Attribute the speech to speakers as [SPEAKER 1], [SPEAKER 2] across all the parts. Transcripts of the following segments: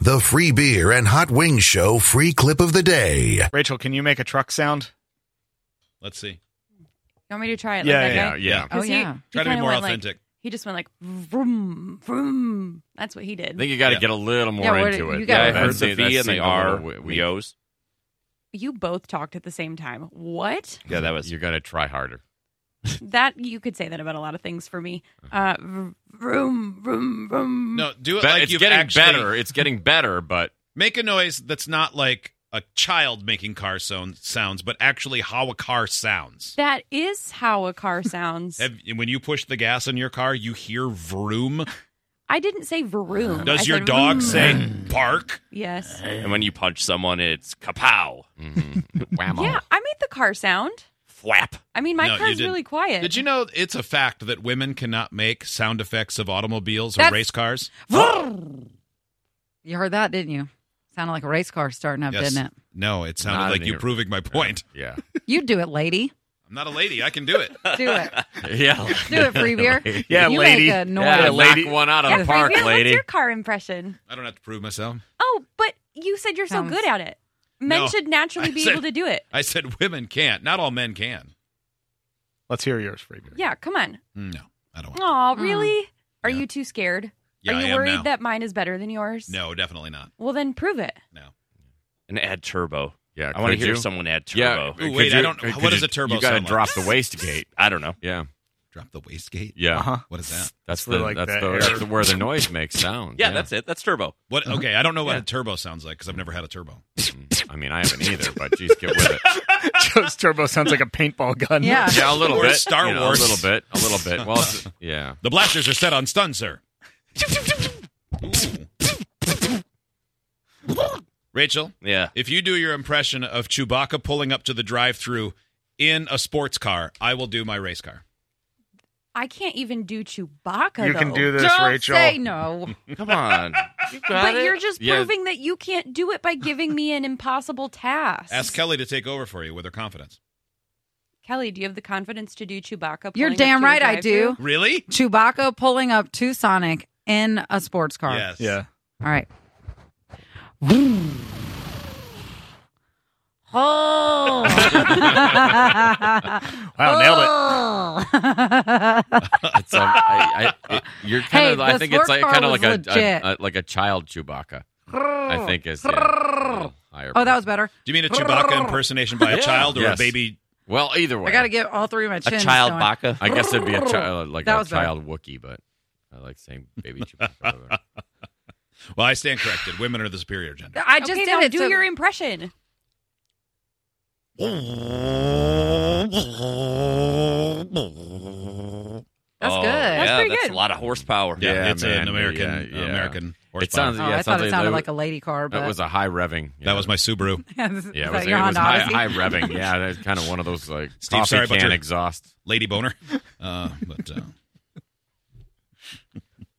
[SPEAKER 1] The Free Beer and Hot Wings Show free clip of the day.
[SPEAKER 2] Rachel, can you make a truck sound?
[SPEAKER 3] Let's see.
[SPEAKER 4] You want me to try it?
[SPEAKER 2] Yeah,
[SPEAKER 4] like that
[SPEAKER 2] yeah,
[SPEAKER 4] guy?
[SPEAKER 3] yeah.
[SPEAKER 4] Oh,
[SPEAKER 3] 'Cause
[SPEAKER 4] yeah. He
[SPEAKER 3] Try to be
[SPEAKER 4] kinda
[SPEAKER 3] more
[SPEAKER 4] went, like-
[SPEAKER 3] authentic.
[SPEAKER 4] he just went like vroom, vroom. That's what he did.
[SPEAKER 5] I think you got to
[SPEAKER 3] Yeah.
[SPEAKER 5] get a little more
[SPEAKER 4] Yeah, what-
[SPEAKER 5] into it.
[SPEAKER 4] you
[SPEAKER 3] Yeah,
[SPEAKER 4] gotta-
[SPEAKER 3] I heard
[SPEAKER 5] that's
[SPEAKER 3] the V
[SPEAKER 5] that's
[SPEAKER 3] and the
[SPEAKER 5] other
[SPEAKER 3] R,
[SPEAKER 5] w-
[SPEAKER 3] the O's.
[SPEAKER 4] you both talked at the same time. What?
[SPEAKER 3] Yeah, that was.
[SPEAKER 5] You got to try harder.
[SPEAKER 4] that you could say that about a lot of things for me. Uh, vroom, vroom, vroom.
[SPEAKER 3] Uh-huh. No, do it
[SPEAKER 5] But
[SPEAKER 3] like
[SPEAKER 5] it's
[SPEAKER 3] you've
[SPEAKER 5] getting
[SPEAKER 3] actually-
[SPEAKER 5] better. It's getting better, but
[SPEAKER 3] Make a noise that's not like a child making car sound, sounds, but actually how a car sounds.
[SPEAKER 4] That is how a car sounds.
[SPEAKER 3] Have, when you push the gas in your car, you hear vroom.
[SPEAKER 4] I didn't say vroom.
[SPEAKER 3] Does
[SPEAKER 4] I
[SPEAKER 3] your
[SPEAKER 4] said
[SPEAKER 3] dog
[SPEAKER 4] vroom.
[SPEAKER 3] say bark?
[SPEAKER 4] Yes.
[SPEAKER 6] And when you punch someone, it's kapow,
[SPEAKER 5] whammo.
[SPEAKER 4] Yeah, I made the car sound.
[SPEAKER 6] flap.
[SPEAKER 4] I mean, my
[SPEAKER 3] No, you
[SPEAKER 4] car's
[SPEAKER 3] didn't.
[SPEAKER 4] really quiet.
[SPEAKER 3] Did you know it's a fact that women cannot make sound effects of automobiles or
[SPEAKER 7] That's-
[SPEAKER 3] race cars?
[SPEAKER 7] You heard that, didn't you? Sounded like a race car starting up,
[SPEAKER 3] Yes.
[SPEAKER 7] didn't it?
[SPEAKER 3] No, it sounded
[SPEAKER 5] Not
[SPEAKER 3] like
[SPEAKER 5] an
[SPEAKER 3] you
[SPEAKER 5] ear-
[SPEAKER 3] proving my point.
[SPEAKER 5] Yeah.
[SPEAKER 7] You do it, lady.
[SPEAKER 3] I'm not a lady. I can do it.
[SPEAKER 7] Do it.
[SPEAKER 5] Yeah.
[SPEAKER 7] Do it, free beer.
[SPEAKER 2] Yeah,
[SPEAKER 7] you
[SPEAKER 2] lady.
[SPEAKER 7] Make a noise.
[SPEAKER 5] Yeah,
[SPEAKER 2] lady.
[SPEAKER 5] knock one out of
[SPEAKER 4] Yeah,
[SPEAKER 5] the
[SPEAKER 4] Frank,
[SPEAKER 5] park,
[SPEAKER 4] what's
[SPEAKER 5] lady.
[SPEAKER 4] your car impression?
[SPEAKER 3] I don't have to prove myself.
[SPEAKER 4] Oh, but you said you're
[SPEAKER 7] Sounds-
[SPEAKER 4] so good at it. Men
[SPEAKER 3] No.
[SPEAKER 4] should naturally
[SPEAKER 3] I
[SPEAKER 4] be
[SPEAKER 3] said-
[SPEAKER 4] able to do it.
[SPEAKER 3] I said women can't. Not all men can. Hmm,
[SPEAKER 2] Let's hear yours, Freebie.
[SPEAKER 4] Yeah, come on.
[SPEAKER 3] No, I don't want.
[SPEAKER 4] Aw, really? Are
[SPEAKER 3] Hmm. Yeah.
[SPEAKER 4] you too scared?
[SPEAKER 3] Yeah,
[SPEAKER 4] Are you
[SPEAKER 3] I am
[SPEAKER 4] worried
[SPEAKER 3] now.
[SPEAKER 4] that mine is better than yours?
[SPEAKER 3] No, definitely not.
[SPEAKER 4] Well, then prove it.
[SPEAKER 3] No.
[SPEAKER 6] And add turbo.
[SPEAKER 5] Yeah,
[SPEAKER 6] I want to
[SPEAKER 5] could
[SPEAKER 6] hear
[SPEAKER 5] you?
[SPEAKER 6] someone add
[SPEAKER 5] Yeah.
[SPEAKER 6] turbo.
[SPEAKER 3] Ooh,
[SPEAKER 5] could
[SPEAKER 3] wait, I
[SPEAKER 5] you-
[SPEAKER 3] don't-
[SPEAKER 5] could
[SPEAKER 3] what does
[SPEAKER 5] you-
[SPEAKER 3] a turbo
[SPEAKER 5] You gotta
[SPEAKER 3] sound like?
[SPEAKER 5] drop the waste gate.
[SPEAKER 6] I don't know.
[SPEAKER 5] Yeah.
[SPEAKER 3] Drop the wastegate.
[SPEAKER 5] Yeah.
[SPEAKER 2] Uh-huh.
[SPEAKER 3] What is that?
[SPEAKER 5] That's
[SPEAKER 2] Really
[SPEAKER 5] the
[SPEAKER 2] like
[SPEAKER 5] that's
[SPEAKER 2] that
[SPEAKER 5] the,
[SPEAKER 2] air.
[SPEAKER 5] that's the- where the noise makes sound.
[SPEAKER 6] Yeah, that's it. That's turbo.
[SPEAKER 3] What? Okay, I don't know what a turbo sounds like because I've never had a turbo.
[SPEAKER 5] Mm, I mean, I haven't either, but geez, get with it.
[SPEAKER 2] Joe's turbo sounds like a paintball gun.
[SPEAKER 7] Yeah.
[SPEAKER 5] Yeah, a little
[SPEAKER 3] Or
[SPEAKER 5] bit.
[SPEAKER 3] Star
[SPEAKER 5] you know,
[SPEAKER 3] Wars.
[SPEAKER 5] a little bit. A little bit. Well, it's- yeah.
[SPEAKER 3] The blasters are set on stun, sir. Ooh. Rachel,
[SPEAKER 6] Yeah.
[SPEAKER 3] if you do your impression of Chewbacca pulling up to the drive-through in a sports car, I will do my race car.
[SPEAKER 4] I can't even do Chewbacca.
[SPEAKER 2] You can
[SPEAKER 4] though.
[SPEAKER 2] do this,
[SPEAKER 7] Don't
[SPEAKER 2] Rachel.
[SPEAKER 7] say no.
[SPEAKER 5] Come on. You got
[SPEAKER 4] But
[SPEAKER 5] it.
[SPEAKER 4] you're just
[SPEAKER 5] Yeah,
[SPEAKER 4] proving that you can't do it by giving me an impossible task.
[SPEAKER 3] Ask Kelly to take over for you with her confidence.
[SPEAKER 4] Kelly, do you have the confidence to do Chewbacca?
[SPEAKER 7] You're
[SPEAKER 4] pulling up
[SPEAKER 7] damn
[SPEAKER 4] to a
[SPEAKER 7] right I
[SPEAKER 4] drive-thru?
[SPEAKER 7] do.
[SPEAKER 3] Really?
[SPEAKER 7] Chewbacca pulling up to Sonic in a sports car.
[SPEAKER 3] Yes.
[SPEAKER 2] Yeah.
[SPEAKER 7] All right. Oh.
[SPEAKER 2] Wow, nailed it.
[SPEAKER 5] It's um, I, I, it, you're kind
[SPEAKER 7] Hey,
[SPEAKER 5] of. I
[SPEAKER 7] the
[SPEAKER 5] think it's
[SPEAKER 7] sports
[SPEAKER 5] like
[SPEAKER 7] car
[SPEAKER 5] kind of
[SPEAKER 7] was
[SPEAKER 5] like a,
[SPEAKER 7] legit.
[SPEAKER 5] a, a like a child Chewbacca. I think is yeah, a little higher.
[SPEAKER 7] Oh, that was better.
[SPEAKER 3] Do you mean a Chewbacca impersonation by a
[SPEAKER 5] Yeah.
[SPEAKER 3] child or
[SPEAKER 5] Yes.
[SPEAKER 3] a baby?
[SPEAKER 5] well. Either way,
[SPEAKER 7] I got to get all three of my
[SPEAKER 6] A
[SPEAKER 7] chins
[SPEAKER 6] child
[SPEAKER 7] going.
[SPEAKER 6] baka.
[SPEAKER 5] I guess it'd be a child like
[SPEAKER 7] That
[SPEAKER 5] a
[SPEAKER 7] was better.
[SPEAKER 5] child Wookie, but I like saying baby Chewbacca.
[SPEAKER 3] Well, I stand corrected. Women are the superior gender.
[SPEAKER 7] I just
[SPEAKER 4] okay,
[SPEAKER 7] did
[SPEAKER 4] now
[SPEAKER 7] it.
[SPEAKER 4] do
[SPEAKER 7] so-
[SPEAKER 4] your impression.
[SPEAKER 7] That's
[SPEAKER 6] Oh,
[SPEAKER 7] good.
[SPEAKER 6] Yeah,
[SPEAKER 7] That's
[SPEAKER 4] pretty
[SPEAKER 6] that's
[SPEAKER 4] good.
[SPEAKER 6] a lot of horsepower.
[SPEAKER 3] Yeah,
[SPEAKER 5] Yeah,
[SPEAKER 3] it's
[SPEAKER 5] man.
[SPEAKER 3] an American
[SPEAKER 5] Yeah, yeah.
[SPEAKER 3] American. horsepower.
[SPEAKER 5] It sounds.
[SPEAKER 7] Oh,
[SPEAKER 5] Yeah,
[SPEAKER 7] I
[SPEAKER 5] it
[SPEAKER 7] thought
[SPEAKER 5] sounds
[SPEAKER 7] it sounded like a lady car, but
[SPEAKER 5] That was a high revving. you
[SPEAKER 3] that
[SPEAKER 5] know.
[SPEAKER 3] was my Subaru.
[SPEAKER 7] yeah,
[SPEAKER 5] Yeah, it
[SPEAKER 7] was
[SPEAKER 5] was,
[SPEAKER 7] that
[SPEAKER 5] it
[SPEAKER 7] your
[SPEAKER 5] was
[SPEAKER 7] Honda
[SPEAKER 5] high,
[SPEAKER 7] Odyssey?
[SPEAKER 5] high revving. Yeah, that's kind of one of those like
[SPEAKER 3] Steve,
[SPEAKER 5] coffee
[SPEAKER 3] sorry about
[SPEAKER 5] can
[SPEAKER 3] your-
[SPEAKER 5] exhaust.
[SPEAKER 3] Lady boner. Uh, but uh,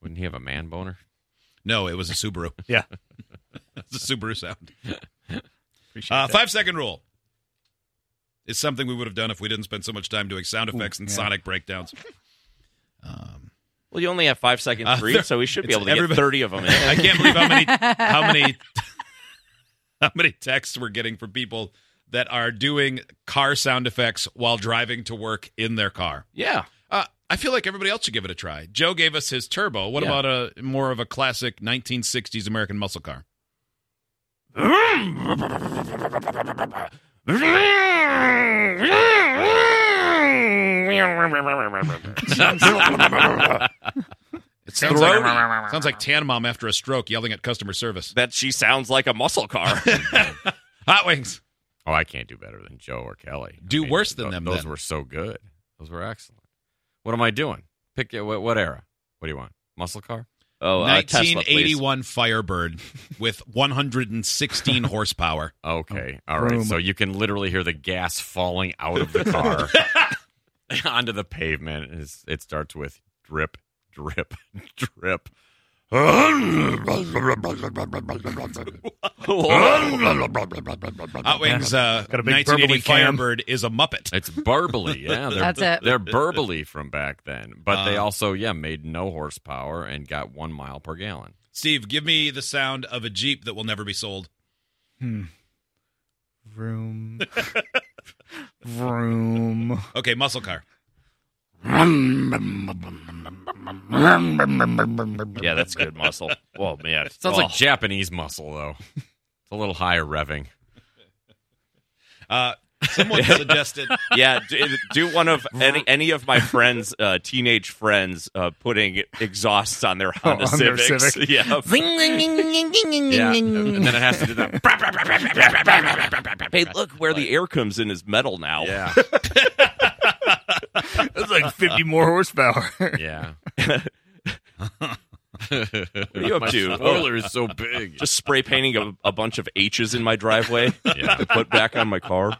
[SPEAKER 5] Wouldn't he have a man boner?
[SPEAKER 3] no, it was a Subaru.
[SPEAKER 2] Yeah.
[SPEAKER 3] it's a Subaru sound.
[SPEAKER 2] Appreciate
[SPEAKER 3] Uh,
[SPEAKER 2] that.
[SPEAKER 3] five second rule. It's something we would have done if we didn't spend so much time doing sound effects and sonic breakdowns. Um,
[SPEAKER 6] Well, you only have five
[SPEAKER 3] Uh,
[SPEAKER 6] seconds to
[SPEAKER 3] there-
[SPEAKER 6] read, so we should be
[SPEAKER 3] it's
[SPEAKER 6] able to get
[SPEAKER 3] everybody-
[SPEAKER 6] thirty of them. In.
[SPEAKER 3] I can't believe how many how many how many texts we're getting from people that are doing car sound effects while driving to work in their car.
[SPEAKER 6] Yeah.
[SPEAKER 3] Uh, I feel like everybody else should give it a try. Joe gave us his turbo. What
[SPEAKER 6] Yeah.
[SPEAKER 3] about a more of a classic 1960s American muscle car? It sounds
[SPEAKER 6] throaty.
[SPEAKER 3] like, sounds like Tan Mom after a stroke yelling at customer service.
[SPEAKER 6] That she sounds like a muscle car.
[SPEAKER 3] Hot wings.
[SPEAKER 5] Oh, I can't do better than Joe or Kelly. I
[SPEAKER 3] Do worse than
[SPEAKER 5] tho-
[SPEAKER 3] them,
[SPEAKER 5] Those
[SPEAKER 3] then.
[SPEAKER 5] were so good. Those were excellent. What am I doing? Pick it. What, what era? What do you want? Muscle car?
[SPEAKER 6] Oh, uh, Tesla, please.
[SPEAKER 3] 1981 Firebird with 116 horsepower.
[SPEAKER 5] Okay.
[SPEAKER 3] Oh.
[SPEAKER 5] All right.
[SPEAKER 2] vroom.
[SPEAKER 5] So you can literally hear the gas falling out of the car onto the pavement. It's- It starts with drip, drip, drip.
[SPEAKER 3] Hot wings uh,
[SPEAKER 2] Got a big burbly
[SPEAKER 3] 1980
[SPEAKER 2] cam.
[SPEAKER 3] Firebird is a Muppet.
[SPEAKER 5] It's burbly, yeah. They're,
[SPEAKER 7] That's it.
[SPEAKER 5] They're burbly from back then, but they
[SPEAKER 6] Uh-huh.
[SPEAKER 3] Uh,
[SPEAKER 5] also, yeah, made no horsepower and got one mile per gallon.
[SPEAKER 3] Steve, give me the sound of a Jeep that will never be sold.
[SPEAKER 2] Vroom. Vroom.
[SPEAKER 3] Okay, muscle car.
[SPEAKER 6] Yeah, that's good muscle. Well, man.
[SPEAKER 5] Sounds
[SPEAKER 6] Oh.
[SPEAKER 5] like Japanese muscle, though. It's a little higher revving.
[SPEAKER 3] Uh, someone suggested
[SPEAKER 6] yeah, do, do one of any any of my friends, uh, teenage friends, uh, putting exhausts on their Honda
[SPEAKER 2] on their
[SPEAKER 6] Civics.
[SPEAKER 2] Civic.
[SPEAKER 6] Yeah,
[SPEAKER 5] Yeah, and then it has to do that.
[SPEAKER 6] hey, look where the air comes in is metal now.
[SPEAKER 5] Yeah,
[SPEAKER 2] That's like 50 more horsepower.
[SPEAKER 5] yeah.
[SPEAKER 6] What are you up
[SPEAKER 5] My
[SPEAKER 6] to? Oh.
[SPEAKER 5] spoiler is so big.
[SPEAKER 6] Just spray painting a, a bunch of H's in my driveway
[SPEAKER 5] Yeah.
[SPEAKER 6] to put back on my car.